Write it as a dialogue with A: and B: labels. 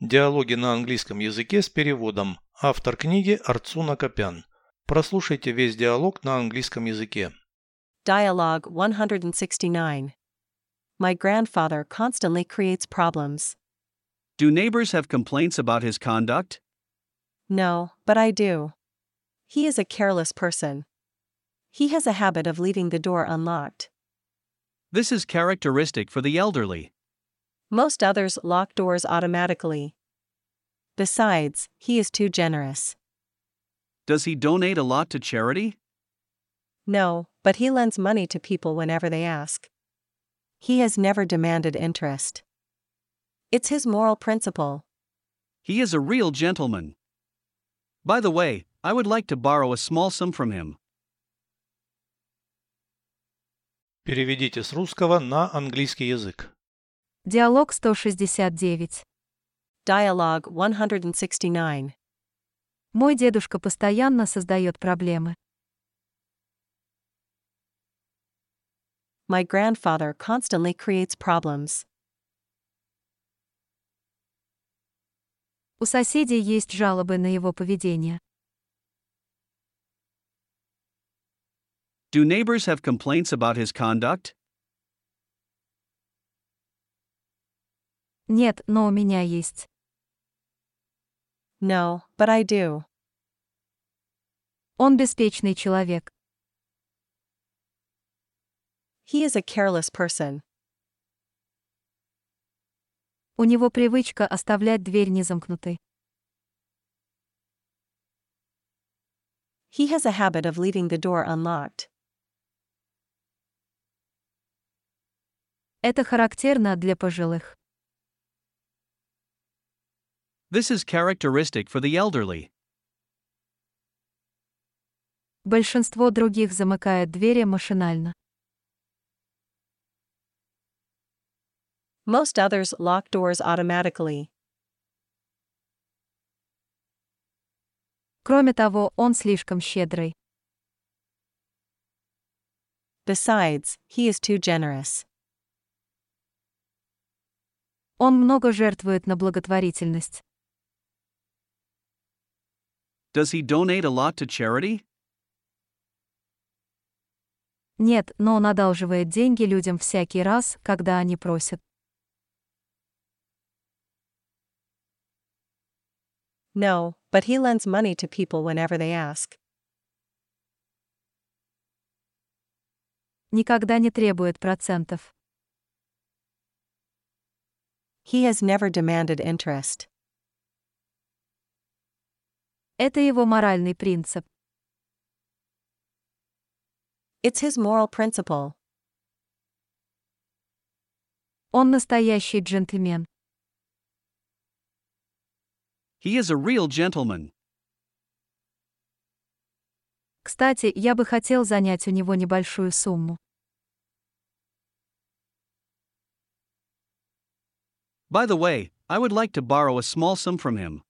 A: Диалоги на английском языке с переводом. Автор книги Арцуна Копян. Прослушайте весь диалог на английском языке.
B: Dialogue 169. My grandfather constantly creates problems.
C: Do neighbors have complaints about his conduct?
B: No, but I do. He is a careless person. He has a habit of leaving the door unlocked.
C: This is characteristic for the elderly.
B: Most others lock doors automatically. Besides, he is too generous.
C: Does he donate a lot to charity?
B: No, but he lends money to people whenever they ask. He has never demanded interest. It's his moral principle.
C: He is a real gentleman. By the way, I would like to borrow a small sum from him.
A: Переведите с русского на английский язык.
D: Диалог 169.
B: Dialogue 169.
D: Мой дедушка постоянно создает проблемы.
B: My grandfather constantly creates problems.
D: У соседей есть жалобы на его поведение.
C: Do neighbors have complaints about his conduct?
D: Нет, но у меня есть.
B: No, but I do.
D: Он беспечный человек.
B: He is a careless person.
D: У него привычка оставлять дверь незамкнутой.
B: He has a habit of leaving the door unlocked.
D: Это характерно для пожилых.
C: This is characteristic for the elderly.
D: Большинство других замыкает двери машинально.
B: Most others lock doors automatically.
D: Кроме того, он слишком щедрый.
B: Besides, he is too generous.
D: Он много жертвует на благотворительность.
C: Does he donate a lot to charity?
D: Нет, но он одалживает деньги людям всякий раз, когда они просят.
B: No, but he lends money to people whenever they ask.
D: Никогда не требует процентов.
B: He has never demanded interest.
D: Это его моральный принцип.
B: It's his moral principle.
D: Он настоящий джентльмен.
C: He is a real gentleman.
D: Кстати, я бы хотел занять у него небольшую сумму.
C: By the way, I would like to borrow a small sum from him.